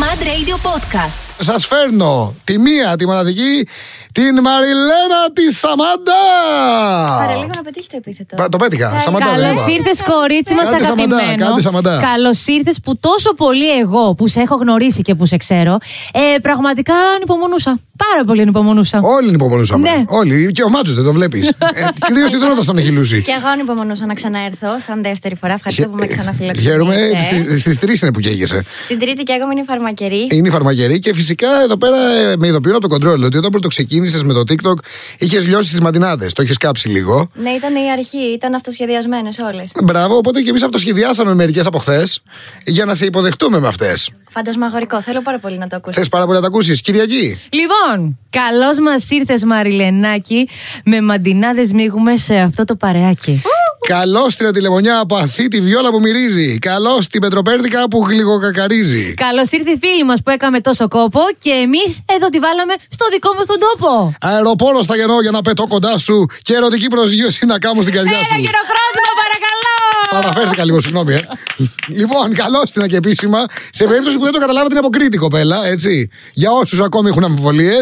Mad Radio Podcast. Σας φέρνω τη μία, τη μοναδική, την Μαριλένα της Πάρε Σαμαντά. λίγο να πετύχει το επίθετο. Πα- Το πέτυχα. Σαμαντά, δεν Καλώ είπα. ήρθες, κορίτσι μας, Κάντε Σαμαντά, αγαπημένο. κάντε Σαμαντά. Καλώς ήρθες που τόσο πολύ εγώ που σε έχω γνωρίσει και που σε ξέρω, ε, πραγματικά ανυπομονούσα. Πάρα πολύ ανυπομονούσα. Όλοι υπομονούσαμε. Ναι. Όλοι. Και ο Μάτσος δεν το βλέπεις. ε, Κυρίως η Δρότα τον έχει λούσει. Και εγώ ανυπομονούσα να ξαναέρθω, σαν δεύτερη φορά. Ευχαριστώ που με Ε. Χαίρομαι. ξαναφιλοξενήσατε. Στι τρεις είναι που καίγεσαι. Στην τρίτη και εγώ μην είναι φαρμακερή. Είναι η φαρμακερή και φυσικά εδώ πέρα ε, με ειδοποιούν από το κοντρόλ ότι όταν πρώτο ξεκίνησες με το TikTok είχες λιώσει τις μαντινάδες. Το είχες κάψει λίγο. Ναι, ήταν η αρχή, ήταν αυτοσχεδιασμένες όλες. Μπράβο, οπότε και εμείς αυτοσχεδιάσαμε μερικές από χθες για να σε υποδεχτούμε με αυτές. Φαντασμαγορικό, θέλω πάρα πολύ να το ακούσω. Θες πάρα πολύ να τα ακούσεις. Κυριακή. Λοιπόν, καλώς μας ήρθες, Μαριλενάκη. Με μαντινάδες μίγουμε σε αυτό το παρεάκι. Καλώ την αντιλεμονιά που αθεί τη βιόλα που μυρίζει. Καλώς την πετροπέρδικα που γλυκοκακαρίζει. Καλώς ήρθε η φίλη μας που έκαμε τόσο κόπο και εμείς εδώ τη βάλαμε στο δικό μας τον τόπο. Αεροπόρο στα γενό για να πετώ κοντά σου και ερωτική προσγείωση να κάνω στην καρδιά Ένα σου. χειροκρότημα, παρακαλώ! Παραφέρθηκα λίγο, συγγνώμη. Ε. λοιπόν, καλώ την και επίσημα. Σε περίπτωση που δεν το καταλάβατε, είναι από Κρήτη, κοπέλα, έτσι. Για όσους ακόμη έχουν αμφιβολίες.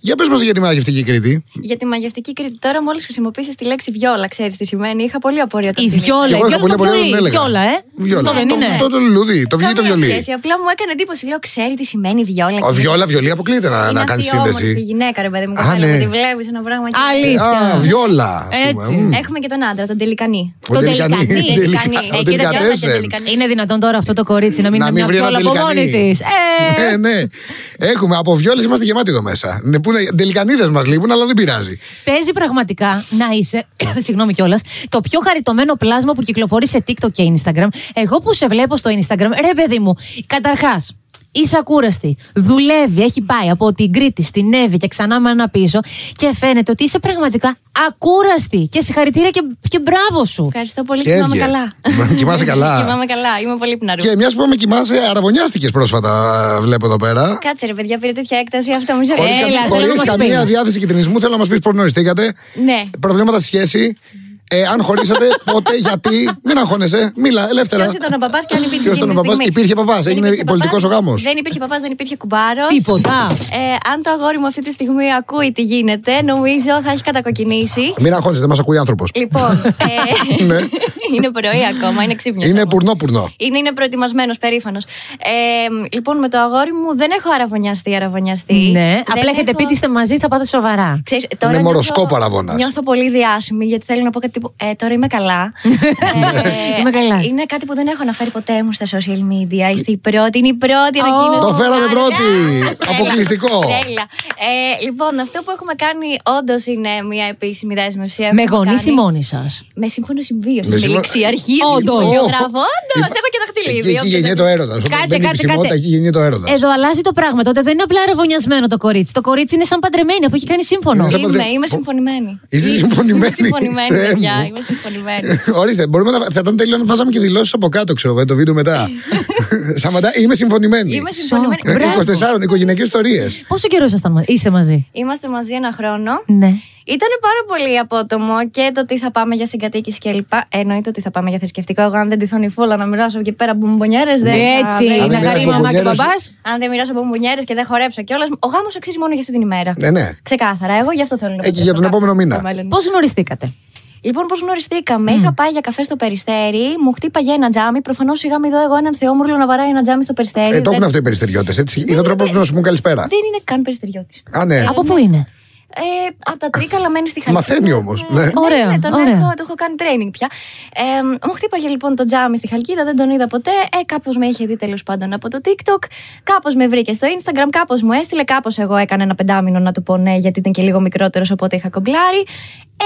Για πες μας γιατί μαγευτική Κρήτη. Για τη μαγευτική Κρήτη, τώρα μόλις χρησιμοποιήσει τη λέξη βιόλα, ξέρεις τι σημαίνει. Είχα πολύ απορία το Η θυμήθηκα. βιόλα, Και η εγώ είχα βιόλα πολύ το απορία, δεν βιόλα, έλεγα. βιόλα, ε. Βιόλα. Αυτό δεν Το- είναι. Το, το λουλούδι, το βγει το Καμία βιολί. σχέση, απλά μου έκανε εντύπωση. Λέω, ξέρει τι σημαίνει βιόλα. Ο και- βιόλα, βιολί αποκλείεται να, Είναι να αυτή κάνει η σύνδεση. όμορφη γυναίκα, ρε παιδί μου, Α, κοπέλα, ναι. Ε, που τη βλέπεις ένα πράγμα. και- Αλήθεια. Α, βιόλα. ας πούμε. Έτσι. Μμ. Έχουμε και τον άντρα, τον τελικανή. Ο τελικανή. τελικανή, Τελικα- τελικανή. ο Ε, κοίτα, τελικατέσσερ. βιόλα και τελικανή. Είναι δυνατόν τώρα αυτό το κορίτσι να μην είναι μια βρει έναν βιόλα από τελικανή. μόνη Ε, τη. Ναι, ναι. Έχουμε από βιόλες, είμαστε γεμάτοι εδώ μέσα. Ναι, που είναι- Τελικανίδες μας λείπουν, αλλά δεν πειράζει. Παίζει πραγματικά να είσαι, συγγνώμη κιόλας, το πιο χαριτωμένο πλάσμα που κυκλοφορεί σε TikTok και Instagram. Εγώ που σε βλέπω στο Instagram, ρε παιδί μου, καταρχάς. Είσαι ακούραστη. Δουλεύει, έχει πάει από την Κρήτη στην Εύη και ξανά με ένα πίσω. Και φαίνεται ότι είσαι πραγματικά ακούραστη. Και συγχαρητήρια και, και μπράβο σου. Ευχαριστώ πολύ. Και Κοιμάμαι έβγε. καλά. Κοιμάσαι καλά. Κοιμάμαι καλά. Είμαι πολύ πναρού. Και μιας που με κοιμάσαι, αραβωνιάστηκες πρόσφατα, βλέπω εδώ πέρα. Κάτσε ρε παιδιά, πήρε τέτοια έκταση. Αυτό μου σε Χωρίς Έλα, καμία- θέλω να χωρίς μας καμία πεις. διάθεση κυτρινισμού, θέλω να μας πεις πώς γνωριστήκατε. Ναι. Προβλήματα στη σχέση. Ε, αν χωρίσατε, πότε, γιατί. Μην αγχώνεσαι. Μίλα, ελεύθερα. Ποιος ήταν ο παπάς και αν υπήρχε. Ποιος εκείνη ήταν ο τη παπάς? στιγμή. Υπήρχε παπάς, Δεν έγινε υπήρχε πολιτικός παπάς, ο γάμος. Δεν υπήρχε παπάς, δεν υπήρχε κουμπάρος. Τίποτα. Ε, αν το αγόρι μου αυτή τη στιγμή ακούει τι γίνεται, νομίζω θα έχει κατακοκκινήσει. Μην αγχώνεσαι, δεν μας ακούει άνθρωπος. Λοιπόν, ε, Ναι. είναι πρωί ακόμα, είναι ξύπνιος. Είναι πουρνό-πουρνό. Είναι, είναι προετοιμασμένος, περήφανος. Ε, λοιπόν, με το αγόρι μου δεν έχω αραβωνιαστεί, αραβωνιαστεί. Ναι, Δεν απλά έχετε έχω- πει ότι είστε μαζί, θα πάτε σοβαρά. Ξέρεις, τώρα Είναι νιώθω- μοροσκόπο αραβώνας. Νιώθω πολύ διάσημη γιατί θέλω να πω κάτι τύπου. Ε, τώρα είμαι καλά. ε, Είμαι καλά. Είναι κάτι που δεν έχω αναφέρει ποτέ μου στα social media. Είστε η πρώτη, είναι η πρώτη Ω. ανακοίνωση. Το που φέραμε κάνετε. πρώτη. Τέλεια. Αποκλειστικό. Τέλεια. Ε, λοιπόν, αυτό που έχουμε κάνει όντως είναι μια επίσημη δέσμευση. Με Έχουμε γονεί κάνει- ή μόνοι σας. Με σύμφωνο συμβίωση. Με Με σύμφωνο- λήξη αρχή. Όντως. Όντω. Όντω. Υπά- Έχω και Εκεί, δαχτυλίδι. εκεί όποιος γεννιέται ο έρωτα. Κάτσε, Δεν είναι κάτσε, επισημότητα, κάτσε. Ε, εκεί γεννιέται ο έρωτα. Εδώ αλλάζει το πράγμα. Τότε δεν είναι απλά ρεβωνιασμένο το κορίτσι. Το κορίτσι είναι σαν παντρεμένη αφού έχει κάνει σύμφωνο. Είναι σαν- Είμαι, είμαι συμφωνημένη. Είσαι συμφωνημένη. Είμαι συμφωνημένη, Θεέ μου. παιδιά. Είμαι συμφωνημένη. Ορίστε, μπορούμε να, θα ήταν τέλειο να βάζαμε και δηλώσεις από κάτω, ξέρω εγώ, το βίντεο μετά. Σαματά, είμαι συμφωνημένη. Ε, Είμαι συμφωνημένη. Σοκ. Μπράβο. 24 οικογενειακές ιστορίες. Πόσο καιρός ήσασταν μαζί, είστε μαζί. Είμαστε μαζί ένα χρόνο. Ναι. Ήταν πάρα πολύ απότομο και το τι θα πάμε για συγκατοίκηση κλπ. Εννοείται ότι θα πάμε για θρησκευτικό. Εγώ, αν δεν τυθώνει φούλα να μοιράσω και πέρα μπομπονιέρε, δεν. Ε, θα- Έτσι, δεν- Ναι, Αν δεν να μοιράζεις χαρεί η μαμά και ο μπομπονιέρες- μπαμπάς. Αν δεν μοιράσω μπομπονιέρε και δεν χορέψω κιόλας. Ο γάμος αξίζει μόνο για αυτή την ημέρα. Ναι, ναι. Ξεκάθαρα. Εγώ γι' αυτό θέλω να Ε, και πω για το τον κάνω επόμενο μήνα. στο μέλλον. Πώς γνωριστήκατε. Λοιπόν, πώς γνωριστήκαμε. Είχα πάει για καφέ στο περιστέρι, μου χτύπαγε ένα τζάμι. Προφανώς είχαμε εδώ εγώ έναν θεόμουρλο να βαράει ένα τζάμι στο περιστέρι. Ε, το έχουν δεν... αυτό οι περιστεριώτες, έτσι. Είναι ο τρόπο να σου πούν καλησπέρα. δεν είναι καν περιστεριώτης. Α, ναι. Από πού είναι. Ε, από τα τρίκαλα μένει στη Χαλκίδα. Μαθαίνει όμως. Ναι. Ναι, Ωραία, ναι, τον ωραία. Έχω, το έχω κάνει training πια. Ε, μου χτύπαγε λοιπόν το τζάμι στη χαλκίδα, δεν τον είδα ποτέ. Ε, κάπως με είχε δει τέλος πάντων από το TikTok. Κάπως με βρήκε στο Instagram, κάπως μου έστειλε. Κάπως εγώ έκανα ένα πεντάμινο να του πω ναι, γιατί ήταν και λίγο μικρότερος, οπότε είχα κομπλάρει.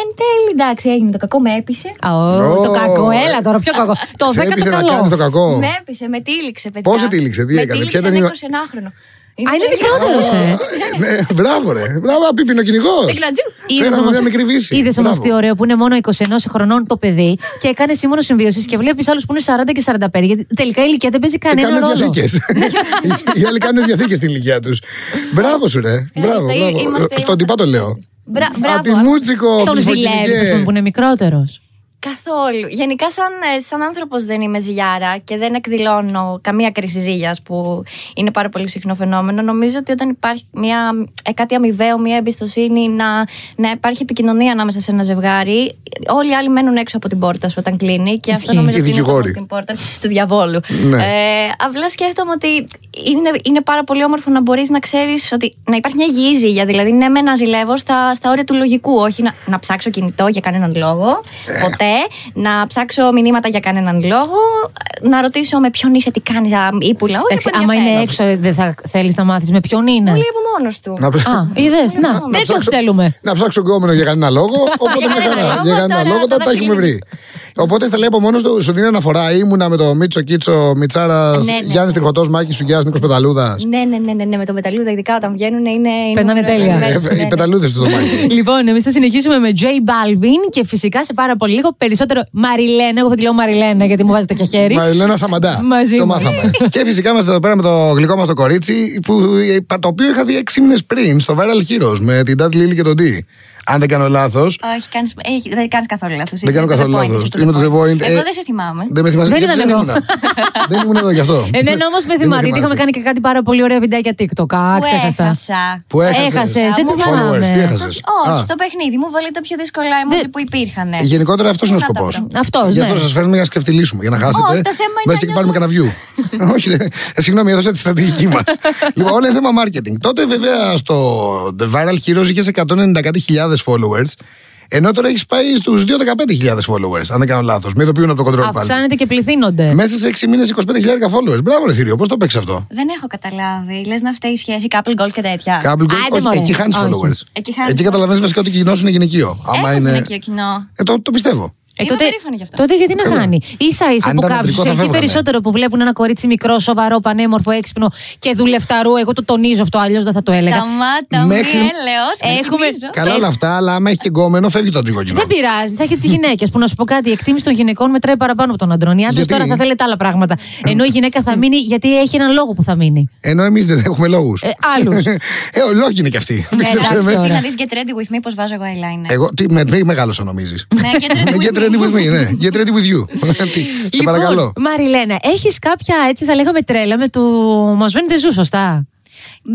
Εν τέλει, εντάξει, έγινε το κακό, με έπεισε. Α, ω, Ω. Το κακό, έλα τώρα, πιο κακό. Το Σε 10 έπεισε το να καλό. κάνει το κακό. Με έπεισε, με τύλιξε, παιδιά. Πόσο τύλιξε, τι με έκανες, ποια τύλιξε ήταν η- ένα 21χρονο. Α, είναι μικρότερο, ε. Ε, ναι, μπράβο, ρε. Μπράβο, απίπεινο κυνηγό. Φέραμε μια μικρή βύση. Είδες όμως Μπράβο. τι ωραίο που είναι μόνο 21 χρονών το παιδί και έκανε σύμφωνο συμβίωσης και βλέπεις άλλους που είναι 40 και 45. Γιατί τελικά η ηλικία δεν παίζει Και κανένα κάνουν ρόλο. διαθήκες. Οι άλλοι κάνουν διαθήκες στην ηλικιά τους. Μπράβο σου, ρε. Μπράβο, Είμαστε- μπράβο. είμαστε- Στον τυπά το λέω. Μπρα- μπράβο. Ε, Απ' τη Μούτσικο, Τον πληφοκυνηγέ. ζηλεύει, ας πούμε, που είναι μικρότερος. Καθόλου. Γενικά, σαν, ε, σαν άνθρωπος, δεν είμαι ζυγιάρα και δεν εκδηλώνω καμία κρίση ζύγιας που είναι πάρα πολύ συχνό φαινόμενο. Νομίζω ότι όταν υπάρχει μια, ε, κάτι αμοιβαίο, μια εμπιστοσύνη, να, να υπάρχει επικοινωνία ανάμεσα σε ένα ζευγάρι, όλοι οι άλλοι μένουν έξω από την πόρτα σου όταν κλείνει. Και αυτό Ισχύει. Και νομίζω ότι είναι το δικηγόροι. στην πόρτα του διαβόλου. Ναι. Ε, απλά σκέφτομαι ότι είναι, είναι πάρα πολύ όμορφο να μπορείς να ξέρεις ότι να υπάρχει μια υγιή ζύγια. Δηλαδή, ναι, με να ζηλεύω στα, στα όρια του λογικού. Όχι να, να ψάξω κινητό για κανέναν λόγο. Ε. Ποτέ. Να ψάξω μηνύματα για κανέναν λόγο. Να ρωτήσω με ποιον είσαι, τι κάνεις, ύπουλα. Όχι, Εντάξει, από άμα είναι ενδιαφέρον. έξω, δεν θα θέλεις να μάθεις με ποιον είναι. Λέει από μόνος του. Να, ψ- Α, είδες. Να, τέτοιο ψάξω- θέλουμε. Να ψάξω γκόμενο για κανένα λόγο. Οπότε Για με κανένα χαρά. λόγο, Για κανένα τώρα λόγο τα, τα τα έχουμε βρει. Οπότε στα λέει από μόνος του, σου δίνει αναφορά. Ήμουνα με το Μίτσο Κίτσο Μιτσάρας Ναι, ναι. Γιάννης Τριχωτός Μάκη Σουγιάς Νίκος Πεταλούδας. Ναι, ναι, ναι, ναι, ναι, με τον πεταλούδα, ειδικά όταν βγαίνουν είναι. είναι Περνάνε μόνο- τέλεια. Ναι, ναι, Ε, Οι ναι. πεταλούδες του το Μάκη. Λοιπόν, εμείς θα συνεχίσουμε με J Balvin και φυσικά σε πάρα πολύ λίγο περισσότερο Μαριλένα. Εγώ θα τη λέω Μαριλένα γιατί μου βάζετε και χέρι. Μαριλένα Σαμαντά. Μαζί το μας. μάθαμε. και φυσικά είμαστε εδώ πέρα με το γλυκό μας το κορίτσι, που, ε, το οποίο είχα δει 6 μήνες πριν στο Viral Heroes με την Τάτ Λίλη και τον Ντι. Αν δεν κάνω λάθος. Όχι, κάνεις, ε, δεν κάνεις καθόλου λάθος. Δεν κάνω καθόλου λάθος. Είμαι το The Point. Εγώ Ε, δεν σε θυμάμαι. Δεν με θυμάσαι. Δεν γιατί ήταν εγώ. Ε, ήμουνα. δεν ήμουν εδώ γι' αυτό. Εμένα όμως ναι, με Δεν θυμάται γιατί είχαμε θυμάσαι. κάνει και κάτι πάρα πολύ ωραία βιντεάκια TikTok. Α, Που ξέχαστα. έχασα. Που έχασες. Έχασες, δεν τη Followers, θυμάμαι. τι έχασες. Α. Ε, Όχι, στο παιχνίδι μου βάλε τα πιο δύσκολα emoji που υπήρχαν. Γενικότερα αυτός είναι ο Ναι. Να τα σκοπός. βρω. Αυτός, Γι' ναι. αυτό σας φέρνουμε για να σκεφτιλήσουμε, για να χάσετε. Όχι, το θέμα είναι Μπες και να πάρουμε κανένα βιού. Όχι, ρε. Ε, συγγνώμη, έδωσα τη στρατηγική μας. λοιπόν, όλα είναι θέμα marketing. Τότε βέβαια στο The Viral Heroes είχες 190 κάτι χιλιάδες followers. Ενώ τώρα έχεις πάει στους 2-15.000 followers, αν δεν κάνω λάθος. Με ειδοποιούν από το control panel. Αυξάνεται και πληθύνονται. Μέσα σε 6 μήνε 25.000 followers. Μπράβο, ρε Θήριο, πώς το παίξει αυτό. Δεν έχω καταλάβει. Λες να φταίει η σχέση, couple goals και τέτοια. Κάμπλ, Άντε, μωρέ. όχι, εκεί χάνεις Όχι. followers. Εκεί χάνεις Εκεί καταλαβαίνεις βασικά ότι κοινός σου είναι γυναικείο. Άμα Έχω είναι. γυναικείο κοινό. Ε, το, το πιστεύω. Είμαι περήφανη γι' αυτό. τότε γιατί να κάνει. σα ίσα Αν από ήταν κάποιου αντρικό θα έχει φεύγανε. περισσότερο που βλέπουν ένα κορίτσι μικρό, σοβαρό, πανέμορφο, έξυπνο και δουλευταρό. Εγώ το τονίζω αυτό, αλλιώς δεν θα το έλεγα. Σταμάτα, μη Μέχρι- έλεος. Έχουμε- Ελπίζω. Καλά όλα αυτά, αλλά άμα έχει και γκόμενο, φεύγει το αντρικό κοινό. Δεν πειράζει, θα έχει τις γυναίκες. Που να σου πω κάτι, η εκτίμηση των γυναικών μετράει παραπάνω από τον αντρών. Οι άντρε Γιατί? τώρα θα θέλετε άλλα πράγματα. Ενώ η γυναίκα θα μείνει γιατί έχει έναν λόγο που θα μείνει. Ενώ εμείς δεν έχουμε λόγους. Ε, άλλους. Ναι, ε, ο λόγοι είναι κι αυτοί. Πιστέψτε εντάξει Εντάξει, με. τώρα. να δεις get ready with me πώς βάζω εγώ eyeliner. Εγώ, τι, με, με μεγάλωσα νομίζεις. Ναι, get ready with Get me. ready with me, ναι. Get ready with you. Τι, σε Λοιπόν, παρακαλώ. Μαριλένα, έχεις κάποια έτσι θα λέγαμε τρέλα με το Μασβέν Δεζού, σωστά.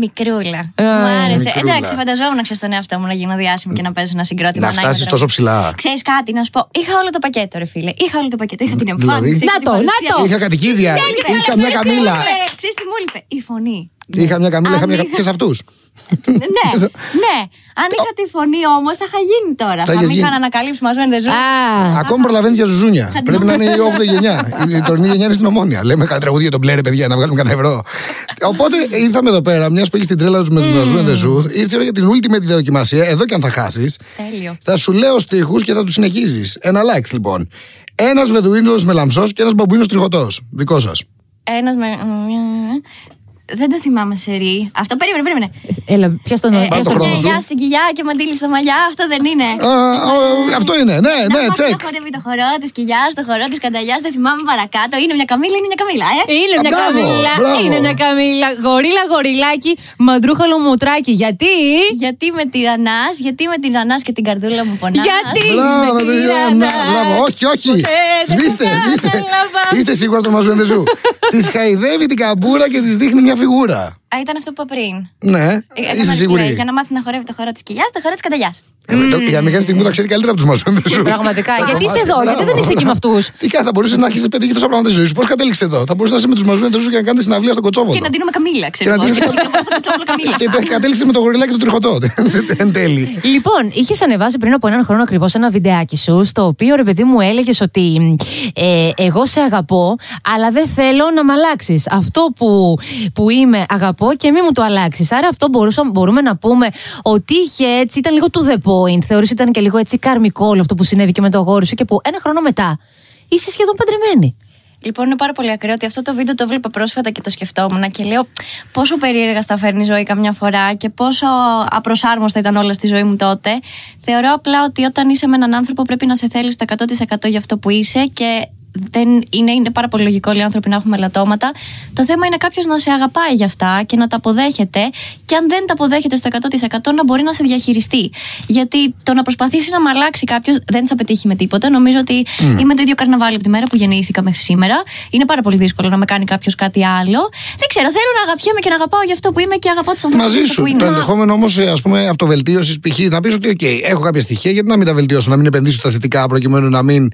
Μικρούλα. Ε, Μου άρεσε. μικρούλα. Εντάξει, φανταζόμουν να ξέρεις τον εαυτό μου να γίνω διάσημη και να παίζω ένα συγκρότημα. Να φτάσει είμαι τόσο Ναι, ψηλά. Ξέρεις κάτι, να σου πω. Είχα όλο το πακέτο, ρε φίλε. Είχα όλο το πακέτο. Είχα την Δηλαδή? εμφάνιση. είχα Να την το, να παρουσία. το. Είχα κατοικίδια. Είχα μια καμίλα. Ξέρεις τι μου έλειπε. Η φωνή. Είχα μια καμίλα, είχα Αν μια. είχα- Και σε αυτούς. ναι, ναι. Αν είχα τη φωνή όμως θα είχα γίνει τώρα. Θα Θα είχες με είχαν γίνει. ανακαλύψει μαζί με ζουν. Α, Ακόμη προλαβαίνεις για ζουζούνια. Πρέπει να είναι η 8η γενιά. Η τωρινή γενιά είναι στην ομόνια. Λέμε κανένα τραγούδι για τον πλέρε, παιδιά, να βγάλουμε κανένα ευρώ. Οπότε ήρθαμε εδώ πέρα, μια που έχεις την τρέλα τους με τον Ζούνια Δεζούθ, ήρθε η ώρα για την ultimate δοκιμασία, εδώ και αν θα χάσεις. Τέλειο. Θα σου λέω στίχους και θα τους συνεχίζεις. Ένα like λοιπόν. Ένας Βεδουίνο με λαμψό και ένας Μπαμπουίνο τριχωτός. Δικό σας. Ένας με. Δεν το θυμάμαι σε ρί. Αυτό περίμενε, περίμενε. Έλα, πιάσ' τον Ε, πιάσ' Ναι, το τον- χρόνο και σου. γεια στην κοιλιά και μαντήλι στα μαλλιά, αυτό δεν είναι. Ναι, Αυτό είναι, ναι, ναι, Να τσεκ. χορεύει το χορό της κοιλιάς, το χορό της κανταλιάς, δεν θυμάμαι παρακάτω. Είναι μια καμίλα, είναι μια καμίλα, ε. Είναι μια Μπράβο, καμίλα, μπράβο. είναι μια καμίλα. Γορίλα, γοριλάκι, μαντρούχαλο μουτράκι. Γιατί. Γιατί με τυρανά, γιατί με τυρανά και την καρδούλα μου πονάς. Γιατί. Μπράβο, με παιδιά, τυραννάς. να, μπράβο. Όχι, όχι. Ποτέ δεν Σβήστε, το σβήστε. κατάλαβα. Είστε σίγουρα ότι μα δεν ζού. Της χαϊδεύει την καμπούρα και της δείχνει μια φιγούρα. Α, ήταν αυτό που είπα πριν. Ναι, Έκανα είσαι replay σίγουρη. Ε, Για να μάθει να χορεύει το χορό τη κοιλιά, το χορό τη κανταλιά. Ε, το- Η Αμερικάνη στιγμή τα ξέρει καλύτερα από τους μαζόντε σου. Πραγματικά. Το γιατί είσαι κομμάτι, εδώ, γιατί μπράβο. δεν είσαι εκεί με αυτούς. Τι κάνει, θα μπορούσες να έχει παιδί και τόσα πράγματα στη ζωής σου. Πώς κατέληξες εδώ. Θα μπορούσες να είσαι με τους μαζόντε σου και να κάνεις συναυλία στον Κοτσόβολο. Και να δίνουμε καμίλα, Και ξέρω να εγώ. την- Και να δίνουμε στο πιτσόβολο καμίλα. Και τε- κατέληξες με το γοριλάκι του τριχωτό. Εν τέλει. Λοιπόν, είχες ανεβάσει πριν από έναν χρόνο ακριβώς ένα βιντεάκι σου, στο οποίο ρε παιδί μου έλεγες ότι ε, εγώ σε αγαπώ, αλλά δεν θέλω να με αλλάξεις. Αυτό που, που είμαι αγαπώ και μη μου το αλλάξεις. Άρα αυτό μπορούσα, μπορούμε να πούμε ότι είχε έτσι, ήταν λίγο to the point. Θεωρείς ότι ήταν και λίγο έτσι καρμικό όλο αυτό που συνέβη και με το αγόρι σου και που ένα χρόνο μετά είσαι σχεδόν παντρεμένη. Λοιπόν, είναι πάρα πολύ ακραίο ότι αυτό το βίντεο το βλέπα πρόσφατα και το σκεφτόμουν και λέω πόσο περίεργα στα φέρνει η ζωή καμιά φορά και πόσο απροσάρμοστα ήταν όλα στη ζωή μου τότε. Θεωρώ απλά ότι όταν είσαι με έναν άνθρωπο πρέπει να σε θέλεις το 100% για αυτό που είσαι και δεν είναι, είναι πάρα πολύ λογικό όλοι οι άνθρωποι να έχουμε λατώματα. Το θέμα είναι κάποιος Ε, να σε αγαπάει για αυτά και να τα αποδέχεται. Και αν δεν τα αποδέχεται στο 100% να μπορεί να σε διαχειριστεί. Γιατί το να προσπαθήσει να μ' αλλάξει κάποιος δεν θα πετύχει με τίποτα. Νομίζω ότι Mm. είμαι το ίδιο καρναβάλι από τη μέρα που γεννήθηκα μέχρι σήμερα. Είναι πάρα πολύ δύσκολο να με κάνει κάποιος κάτι άλλο. Δεν ξέρω, θέλω να αγαπιέμαι και να αγαπάω για αυτό που είμαι και αγαπώ τους ανθρώπους Μαζί σου. που Το είναι. ενδεχόμενο όμως, ας πούμε, αυτοβελτίωσης π.χ. να πεις ότι, οκ, έχω κάποια στοιχεία, γιατί να μην τα βελτιώσω, να μην επενδύσω τα θετικά προκειμένου να μην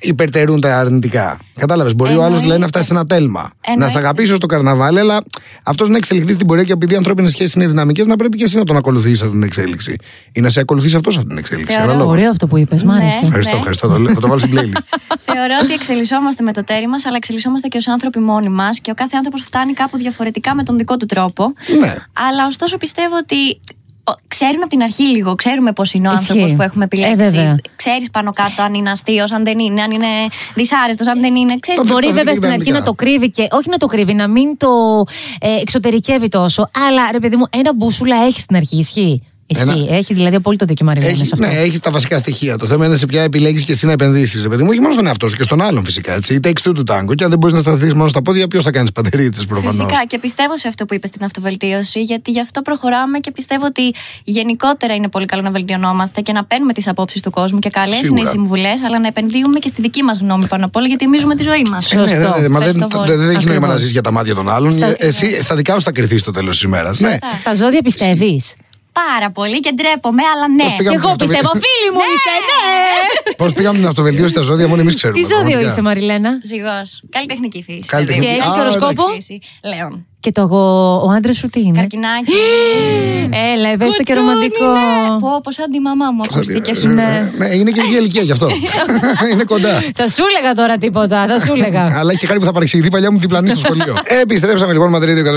υπερτερούν τα αρνητικά. Κατάλαβες. Μπορεί ο άλλος Εννοείται. δηλαδή, να φτάσει σε ένα τέλμα. Εννοείται. Να σε αγαπήσω στο καρναβάλι, αλλά αυτός να εξελιχθεί στην πορεία και επειδή οι ανθρώπινες σχέσεις είναι δυναμικές, να πρέπει και εσύ να τον ακολουθήσει αυτήν την εξέλιξη. Ή να σε ακολουθήσει αυτός αυτήν την εξέλιξη. Θεωρώ. Ανάλογα. Ωραίο αυτό που είπες, μ' Ναι. άρεσε. Ευχαριστώ, Ναι. ευχαριστώ. Το λέω, Θα το βάλω στην playlist. Θεωρώ ότι εξελισσόμαστε με το τέρι μας, αλλά εξελισσόμαστε και ως άνθρωποι μόνοι μας και ο κάθε άνθρωπος φτάνει κάπου διαφορετικά με τον δικό του τρόπο. Ναι. Αλλά ωστόσο πιστεύω ότι ο, ξέρουμε από την αρχή λίγο, ξέρουμε πώς είναι ο Ισχύει. άνθρωπος που έχουμε Ε, επιλέξει. βέβαια. Ξέρεις πάνω κάτω αν είναι αστείος, αν δεν είναι, αν είναι δυσάρεστος, αν δεν είναι. Ξέρεις, Το Μπορεί Προσπαθεί βέβαια και στην αρχή δυναμικά. να το κρύβει και όχι να το κρύβει, να μην το ε, εξωτερικεύει τόσο. Αλλά ρε παιδί μου, ένα μπούσουλα έχει στην αρχή. Ισχύει. Ισχύει. Ένα- Έχει δηλαδή απόλυτο δίκιο Μαριλένα σε Έχει, αυτό. ναι, έχει τα βασικά στοιχεία. Το θέμα είναι σε ποια επιλέγεις και εσύ να επενδύσεις. Ρε παιδί μου, όχι μόνο στον εαυτό σου και στον άλλον φυσικά. Έτσι. Είτε έχει του τάγκο και αν δεν μπορείς να σταθείς μόνο στα πόδια, ποιος θα κάνει πατερίτσε προφανώς. Φυσικά και πιστεύω σε αυτό που είπες στην αυτοβελτίωση, γιατί γι' αυτό προχωράμε και πιστεύω ότι γενικότερα είναι πολύ καλό να βελτιωνόμαστε και να παίρνουμε τις απόψεις του κόσμου και καλές είναι Σίγουρα. οι συμβουλές, αλλά να επενδύουμε και στη δική μας γνώμη πάνω απ' όλα, γιατί εμεί ζούμε τη ζωή μας. Σωστό. ναι, ναι, ναι, μα δεν, Ευχαριστώ δεν- πολύ. δεν έχει νόημα Ακριβώς. να ζήσει για τα μάτια των άλλων. Στα- Εσύ στα δικά σου θα κρυθείς στο τέλος της ημέρας. Ναι. Ε, Στα ζώδια πιστεύεις. Πάρα πολύ και ντρέπομαι, αλλά ναι. Πώς πήγα- Και Πήγαμε εγώ στην πιστεύω, αυτοβελτίωση. φίλοι μου είσαι, ναι! Πώς πήγαμε να αυτοβελτίωση τα ζώδια, μόνο εμείς ξέρουμε. Τι ζώδιο πραγματικά. είσαι, Μαριλένα. Ζυγός. Καλλιτεχνική φύση. Καλλιτεχνική. Και έχεις Α, οροσκόπο? φύση. Λέων. Και το εγώ, ο άντρας σου τι είναι. Καρκινάκι. Έλα, ευαίσθητο και Κουτσούνι, ρομαντικό. ναι. Πω, πω σαν τη μαμά μου ακούστηκε. Ε, ναι, είναι και η ηλικία γι' αυτό. είναι κοντά. Θα σου έλεγα τώρα τίποτα, θα σου έλεγα. Αλλά είχε χάρη που θα παρεξηγηθεί η παλιά μου διπλανή στο σχολείο. Επιστρέψαμε λοιπόν Μαδρίτη 106,2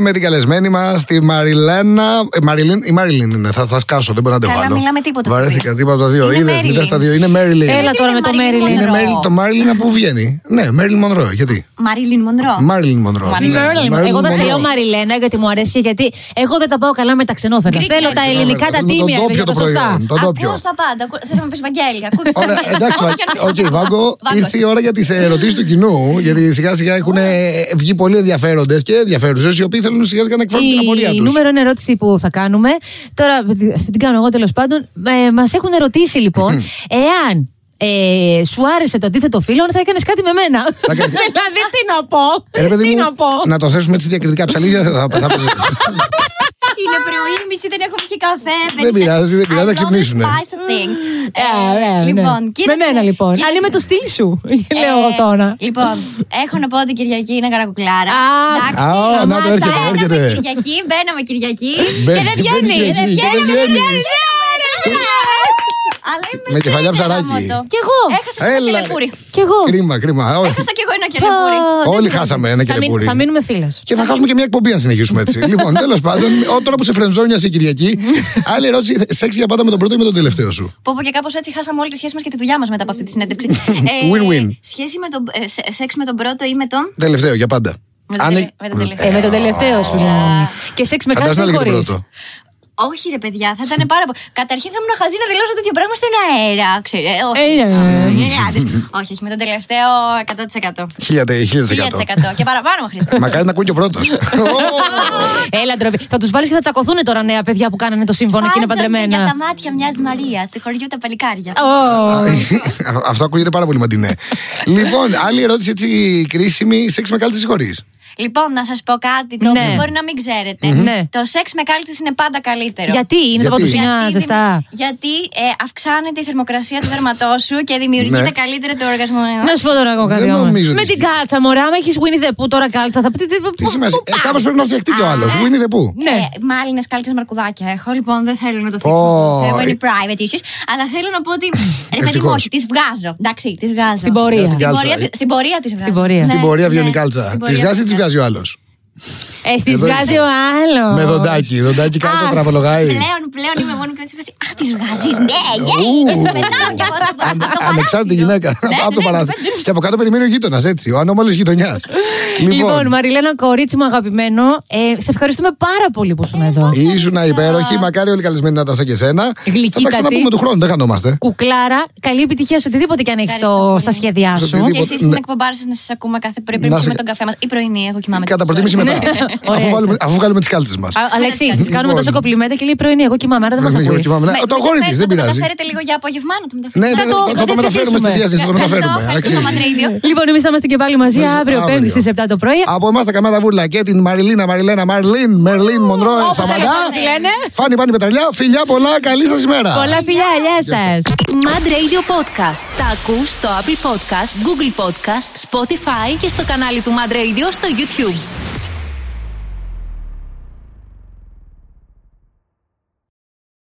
με την καλεσμένη μας τη Μαριλένα. Ε, Μαριλίν, η Μαριλίν είναι, θα, θα σκάσω, δεν μπορώ να την Καλά, βάλω. μιλάμε τίποτα Βαρέθηκα το τίποτα από τα δύο. Είναι Είδες, Marilyn. μιλά τα δύο. Είναι Μέριλιν. Έλα τώρα με το Marilyn. Είναι Μέριλιν, το Μάριλιν από πού βγαίνει. Ναι, Μέριλιν Μονρό. Γιατί. Μαρίλιν Μονρό. Μάριλιν Μονρό. Marilyn. Ναι, Marilyn. Marilyn λοιπόν. Εγώ θα σε Monroe. λέω Μαριλένα γιατί μου αρέσει και γιατί εγώ δεν τα πάω καλά με τα ξενόφερτα. Greek Θέλω τα accent. ελληνικά, τα Θέλουμε τον τίμια, ρε τόπιο Ναι, παιδιά, το τα σωστά. προϊόν, τον τόπιο. Ακούω στα πάντα. Ακού- Θες να με πεις Βαγγέλη, ακούω τα Ωραία, πάντα. εντάξει, Ακόμα και να Βα- μην οκ, ξέρω. Βάγκο, Βάγκος. ήρθε η ώρα για τις ερωτήσεις του κοινού. Γιατί σιγά σιγά έχουν Ναι. ε, βγει πολλοί ενδιαφέροντες και ενδιαφέρουσες, οι οποίοι θέλουν σιγά σιγά να εκφράσουν την απορία Η τους. νούμερο είναι ερώτηση που θα κάνουμε. Τώρα την κάνω εγώ τέλος πάντων. Ε, Μας έχουν ερωτήσει λοιπόν εάν ε, σου άρεσε το αντίθετο φίλο, αν θα έκανες κάτι με μένα. Θα κάνεις- δηλαδή τι να πω. Ε, ρε παιδί τι μου, να πω. να το θέσουμε έτσι διακριτικά ψαλίδια θα, θα, θα παίζεις. Είναι πρωί, μισή δεν έχω πιει καφέ. Δεν πειράζει, δεν πειράζει, θα I love ξυπνήσουνε. spice things. Ε, ωραία, ναι. Λοιπόν, κοίταξε. με μένα λοιπόν. κοίταξε. Αν είμαι το στυλ σου, λέω εγώ Ε, τώρα. Λοιπόν, έχω να πω ότι Κυριακή είναι καρακουκλάρα. Αχ. Εντάξει, Α, να το σταμάτα, έρχεται, έρχεται. Μπαίναμε Κυριακή, μπαίναμε Κυριακή. Μπαίνει- δεν και βγαίνει, μπαίνεις δεν και εσύ, και βγαίνει, δεν δεν βγαίνεις. Αλλά είμαι Με κεφαλιά σίγουρη, ψαράκι. γαμώτο. Κι εγώ. Έχασα ένα Έλα, ρε. κελεπούρι. Κι εγώ. Κρίμα, κρίμα. όχι. Έχασα κι εγώ ένα κελεπούρι. Πω, Όλοι δεν χάσαμε ναι, ένα θα μην- κελεπούρι. Θα μείνουμε φίλες. Και θα χάσουμε και μια εκπομπή αν συνεχίσουμε έτσι. λοιπόν, τέλος πάντων, ο τρόπος σε φρενζόνια σε Κυριακή. Άλλη ερώτηση, σεξ για πάντα με τον πρώτο ή με τον τελευταίο σου. Πω, πω και κάπως έτσι χάσαμε όλη τη σχέση μας και τη δουλειά μας μετά από αυτή τη συνέντευξη. Ε, Win-win. Σχέση με τον, ε, σε- σεξ με τον πρώτο ή με τον. Τελευταίο, για πάντα. Με τον Αν- τελε- με τον τελευταίο. Ε, με τον τελευταίο σου. ναι. Και σεξ με Φαντάζεσαι να κάποιον λέγεται χωρίς. πρώτο. Όχι, ρε παιδιά, θα ήταν πάρα πολύ. Καταρχήν θα ήμουν χαζή να δηλώσω τέτοιο πράγμα στον αέρα. Ξέρει, ε, όχι. Ε, ναι, ναι, ναι. Ε, ναι, όχι, όχι, με τον τελευταίο 100%. 1000%. 1000% και παραπάνω μου χρειάζεται. Μακάρι να ακούει και ο πρώτο. Έλα ντροπή. Θα του βάλει και θα τσακωθούν τώρα νέα παιδιά που κάνανε το σύμφωνο και είναι Βάζονται Για τα Λοιπόν, παντρεμένα. μάτια μια Μαρία, του χωριού τα παλικάρια. Ω. Αυτό ακούγεται πάρα πολύ μαντινέ. λοιπόν, άλλη ερώτηση έτσι κρίσιμη, σεξ με κάλτσε χωρί. Λοιπόν, να σας πω κάτι το Ναι. οποίο μπορεί να μην ξέρετε. Ναι. Το σεξ με κάλυψη είναι πάντα καλύτερο. Γιατί είναι τα Γιατί? παντουσινά Γιατί ζεστά. δημι- Γιατί ε, αυξάνεται η θερμοκρασία του δέρματός σου και Ναι. δημιουργείται καλύτερα το οργασμό. Να σου πω τώρα εγώ κάτι Δεν όμως. νομίζω ότι Με την ισχύει. κάλτσα, μωρά, άμα έχεις Winnie the Pooh τώρα κάλτσα. Θα πει. Τι σημασία. Ε, Κάπως πρέπει να φτιαχτεί κι ο άλλο. Πού είναι δε πού. Ναι. Ε, Μάλινε κάλτσε μαρκουδάκια έχω, λοιπόν δεν θέλω να το Πω, θίξω. αυτό. Θέλω ε- είναι private issues. Αλλά θέλω να πω ότι. Ρε παιδί μου, Ευτυχώς. όχι, τις βγάζω. Εντάξει, τις βγάζω. Στην πορεία. Στην Στην κάλτσα, πορεία, ε. τη- στην πορεία τη βγάζω. Στην πορεία. Στην Ναι, πορεία ναι. βγαίνει η Στην κάλτσα. Τη πορεία βγάζει ή τη βγάζω. βγάζει ο άλλος. Ε, στις Εδώ βγάζει ο άλλος. Με δοντάκι. Δοντάκι κάλτσα Α. τραβολογάει. Πλέον, πλέον είμαι μόνο και με σύμφωση. Α, τις βγάζει. Ναι, γεια. Ου. Πετάω κι εγώ στο Αν- παράθυρο. Ανεξάρτητη γυναίκα. Ναι, από το ναι, παράθυρο. ναι. Και από κάτω περιμένει ο γείτονας, έτσι. Ο ανώμαλος γειτονιάς. Λοιπόν, Μαριλένα, κορίτσι μου αγαπημένο, ε, σε ευχαριστούμε πάρα πολύ που ήσουν εδώ. Ήσουν υπέροχη. Μακάρι όλοι οι καλεσμένοι να ήταν σαν και εσένα. Γλυκή Θα τα ξαναπούμε κατή. του χρόνου, δεν χανόμαστε. Κουκλάρα, καλή επιτυχία σε οτιδήποτε και αν έχεις Ευχαριστώ πολύ. στα σχέδιά Σε σου. οτιδήποτε. Και εσείς Ναι. στην εκπομπάρα σας να σας ακούμε κάθε πρωί πριν Να πιούμε σε- τον καφέ μας. Ή πρωινή, εγώ κοιμάμαι. Κατά τις προτίμηση ώρες. μετά. Ωραία, Αφού έτσι. βάλουμε- Αφού βγάλουμε τις κάλτσες μας. Α, Αλέξη, τη Λοιπόν. κάνουμε τόσο κοπλιμέντα και λέει πρωινή. Εγώ κοιμάμαι, άρα δεν Ναι, μα Με- ακούει. Ε, Το με αγόρι της, μεταφέρετε- δεν το πειράζει. μεταφέρετε λίγο για απόγευμά να το μεταφέρετε. Ναι, Θα δεν- το- θα θα το το μεταφέρουμε στη θέσουμε. διάθεση, θα το μεταφέρουμε. Ευχαριστώ, Αλέξη. ευχαριστώ, Μαντρέιντιο. Λοιπόν, εμείς θα είμαστε και πάλι μαζί Μαζί αύριο, αύριο. Πέμπτη στι 7 το πρωί. Από εμάς τα καμιά τα βούρλα και την Μαριλίνα, Μαριλένα, Μαρλίν, Μερλίν, Μονρόε, Όπως Σαμαντά. τέλος πάντων τη λένε. Φάνη Πάνη Πετραλιά, φιλιά πολλά, καλή σας ημέρα. Πολλά φιλιά, γεια σας. Mad Radio Podcast. Τα ακούς στο Apple Podcast, Google Podcast, Spotify και στο κανάλι του Mad Radio στο YouTube.